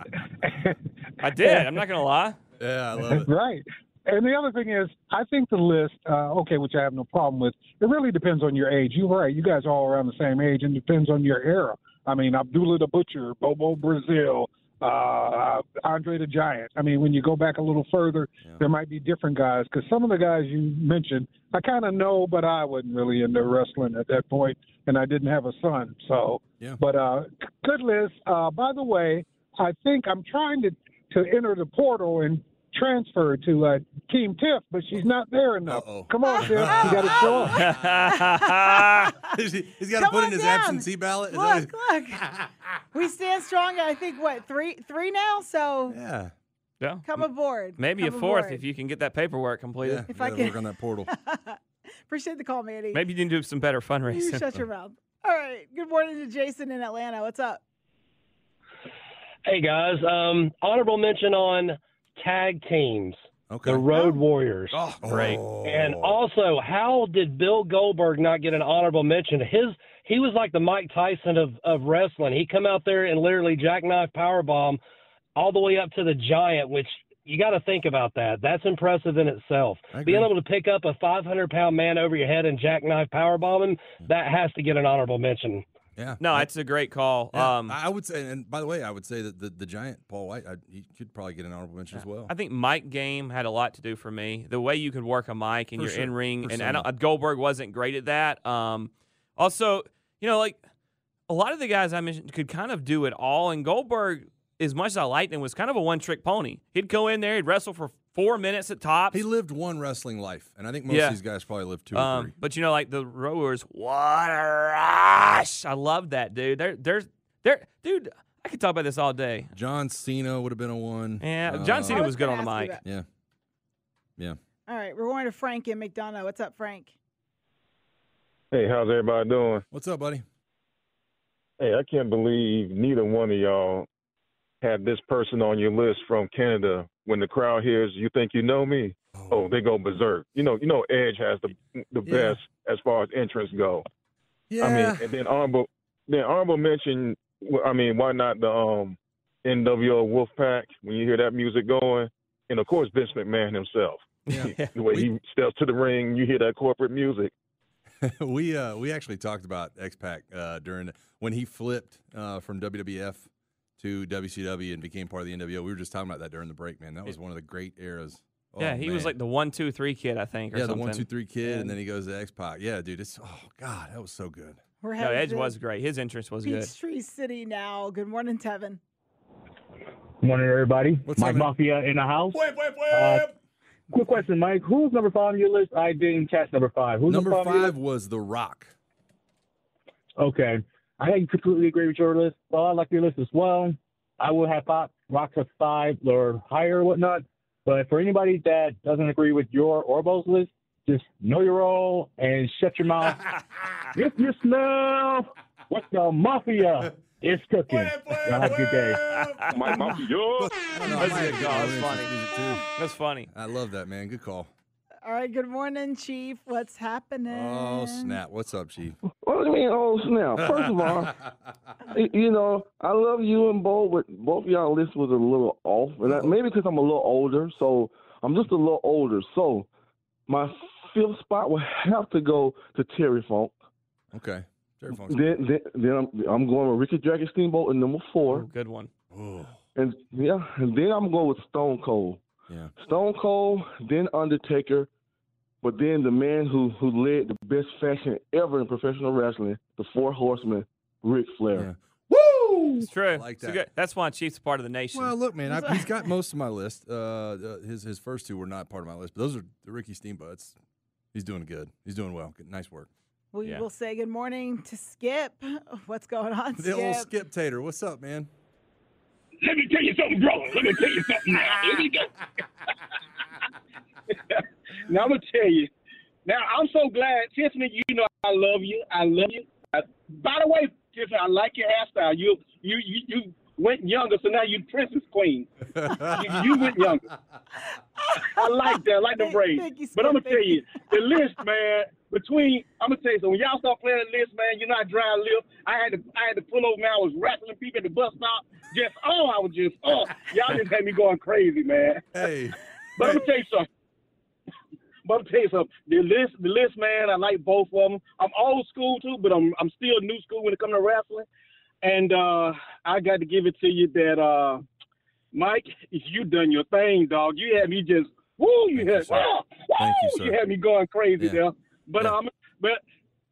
I did. I'm not gonna lie. yeah, I love it. Right. And the other thing is, I think the list, uh, okay, which I have no problem with, it really depends on your age. You're right. You guys are all around the same age and depends on your era. I mean, Abdullah the Butcher, Bobo Brazil, uh, Andre the Giant. I mean, when you go back a little further, there might be different guys because some of the guys you mentioned, I kind of know, but I wasn't really into wrestling at that point, and I didn't have a son. So, Yeah. but uh, c- good list. Uh, by the way, I think I'm trying to to enter the portal and transfer to uh, Team Tiff, but she's not there enough. Uh-oh. Come on, Tiff, you Oh, got to show up. He's got to Come put on in his down. absentee ballot. Is that Look, look. we stand strong. I think what three, three now. So it? Yeah, yeah. come aboard. Maybe a Come fourth aboard. if you can get that paperwork completed. yeah. If we I gotta can- work on that portal. Appreciate the call, Manny. Maybe you can do some better you fundraising. shut your mouth. All right. Good morning to Jason in Atlanta. What's up? Hey guys, um, honorable mention on tag teams, Okay. the Road Warriors, oh, great. and also how did Bill Goldberg not get an honorable mention? His he was like the Mike Tyson of of wrestling. He come out there and literally jackknife powerbomb all the way up to the giant, which you got to think about that. That's impressive in itself. I agree. Being able to pick up a 500 pound man over your head and jackknife powerbomb him, that has to get an honorable mention. Yeah. No, it's a great call. Yeah, um, I, I I would say, and by the way, I would say that the, the giant Paul White, I, he could probably get an honorable mention as well. think Mike game had a lot to do for me. The way you could work a mic and For your sure. in ring, For and I someone. don't, Goldberg wasn't great at that. Um, also, you know, like a lot of the guys I mentioned could kind of do it all, and Goldberg, as much as I liked him, was kind of a one trick pony. He'd go in there, he'd wrestle for four minutes at tops. He lived one wrestling life, and I think most Yeah. of these guys probably lived two or Um, three. but you know, like the rowers, what a rush! I love that, dude. There, there's, there, dude. I could talk about this all day. John Cena would have been a one. Uh, Yeah, John Cena I was was good gonna on the ask you mic. that. Yeah, yeah. All right. We're going to Frank in McDonough. What's up, Frank? Hey, how's everybody doing? What's up, buddy? Hey, I can't believe neither one of y'all had this person on your list from Canada. When the crowd hears "You Think You Know Me," oh, they go berserk. You know, you know, Edge has the the Yeah. best as far as entrance go. I Yeah. mean, and then honorable, then honorable mention. wh- I mean, why not the um, NWO Wolfpack? When you hear that music going, and of course Vince McMahon himself. the way he steps to the ring, you hear that corporate music. we uh, we actually talked about X Pac uh, during when he flipped uh, from WWF to WCW and became part of the NWO. We were just talking about that during the break, man. That was one of the great eras. Oh, yeah, he was man. like the one, two, three kid, I think. Or yeah, the something. one two three kid, and then he goes to X Pac. Yeah, dude, it's oh god, that was so good. We're No, having Edge the was great. His interest was good. Peachtree City now. Good morning, Tevin. Morning, everybody. What's Mike Mafia in the house. Uh, quick question, Mike. Who's number five on your list? I didn't catch number five. Who's Number on your five was The Rock. list? Okay. I completely agree with your list. Well, I like your list as well. I would have five, Rock at five or higher or whatnot. But for anybody that doesn't agree with your or both list, just know your role and shut your mouth. if you smell what the mafia is cooking, y'all have a good day. My mafia. That's good call. That's funny. That's funny. I love that, man. Good call. All right, good morning, Chief. What's happening? Oh snap! What's up, Chief? Well, I mean, oh snap! First of all, y- you know, I love you and Bo, but both y'all list was a little off. And Mm-hmm. that, maybe because I'm a little older, so I'm just a little older. So my fifth spot would have to go to Terry Funk. Okay. Terry Funk's Then, then, then I'm, I'm going with Ricky Dragon Steamboat in number four. Good one. And yeah, and then I'm going with Stone Cold. Yeah. Stone Cold, then Undertaker, but then the man who who led the best fashion ever in professional wrestling, the Four Horsemen, Ric Flair. Woo! It's true. It's a that. good- that's why Chief's a part of the nation. Well, look, man, I, he's got most of my list. Uh, uh, his his first two were not part of my list, but those are the Ricky Steamboats. He's doing good. He's doing well. Good, nice work. We will say good morning to Skip. What's going on, The old Skip? Skip Tater, what's up, man? Let me tell you something, bro. Let me tell you something now. Here we go. now I'm gonna Mm-hmm. tell you. Now I'm so glad, Tiffany. You know I love you. I love you. I, by the way, Tiffany, I like your hairstyle. You you you, you went younger, so now you princess queen. you, you went younger. I like that. I like the braids. but I'm gonna tell you, the list, man. Between I'm gonna tell you, so when y'all start playing the list, man, you know I dry lip. I had to I had to pull over, man. I was wrestling people at the bus stop. Just oh, I was just oh, y'all just had me going crazy, man. Hey, but I'm gonna tell you something. But I'm gonna tell you something. The list, the list, man. I like both of them. I'm old school too, but I'm I'm still new school when it comes to wrestling. And uh, I got to give it to you that uh, Mike, you done your thing, dog. You had me just woo, you had ah, Thank you, woo, you sir. had me going crazy there. But um, but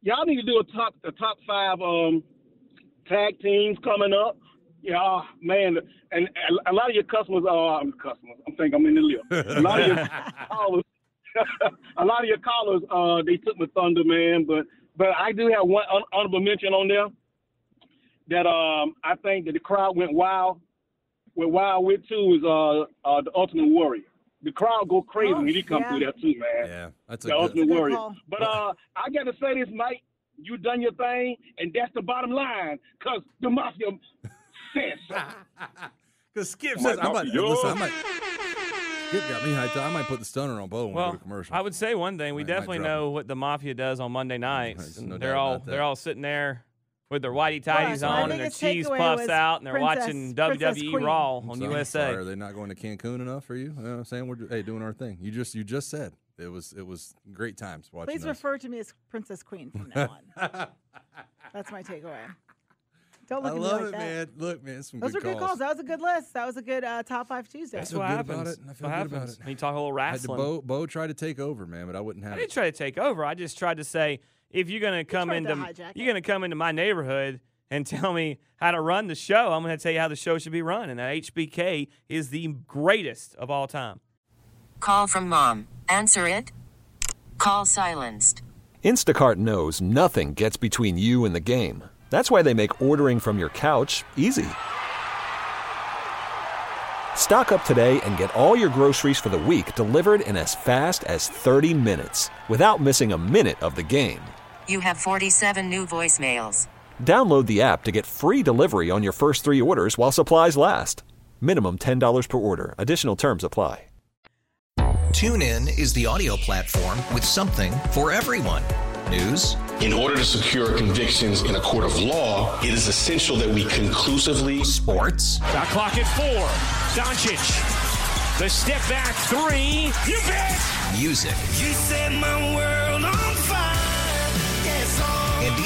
y'all need to do a top a top five um tag teams coming up. Yeah, man, and a- a lot of your customers are I'm customers. I'm thinking I'm in the lip. A lot of your callers, a lot of your callers, uh, they took my thunder, man. But but I do have one hon- honorable mention on there that um I think that the crowd went wild. Went wild with too is uh, uh the Ultimate Warrior. The crowd go crazy when he come Oh, yeah. through there too, man. Yeah, that's a the good- Ultimate That's a good Warrior. call. But uh, I got to say this, Mike. You done your thing, and that's the bottom line. Cause the mafia says. Cause Skip says I might listen. I might. Skip got me hyped. up. I might put the stunner on Bo when we Well, go to commercial. I would say one thing. We Might- might definitely drop know what the mafia does on Monday nights. no and doubt they're about all that. they're all sitting there with their whitey tidies my on and their biggest cheese takeaway puffs was out, and they're Princess- watching Princess WWE Queen. Raw I'm on sorry, I'm USA. sorry. Are they not going to Cancun enough for you? You know what I'm saying we're hey doing our thing. You just you just said it was it was great times watching. Please us. refer to me as Princess Queen from now on. That's my takeaway. Don't I look at love me like it, that. man. Look, man, some Those good were good calls. calls. That was a good list. That was a good uh, top five Tuesday. That's what happens. I feel What good about happens? it. He talk a little I had to- wrestling. Bo, Bo tried to take over, man, but I wouldn't have I it. didn't try to take over. I just tried to say if you're gonna come tried to into hijack you're gonna come into my neighborhood and tell me how to run the show, I'm gonna tell you how the show should be run. And uh, HBK is the greatest of all time. Call from mom. Answer it. Call silenced. Instacart knows nothing gets between you and the game. That's why they make ordering from your couch easy. Stock up today and get all your groceries for the week delivered in as fast as 30 minutes without missing a minute of the game. You have 47 new voicemails. Download the app to get free delivery on your first three orders while supplies last. Minimum $10 per order. Additional terms apply. TuneIn is the audio platform with something for everyone. News, In order to secure convictions in a court of law, it is essential that we conclusively. Sports. The clock at four. Doncic. The step back three. You bet. music, You set my world on fire. Yes, oh. and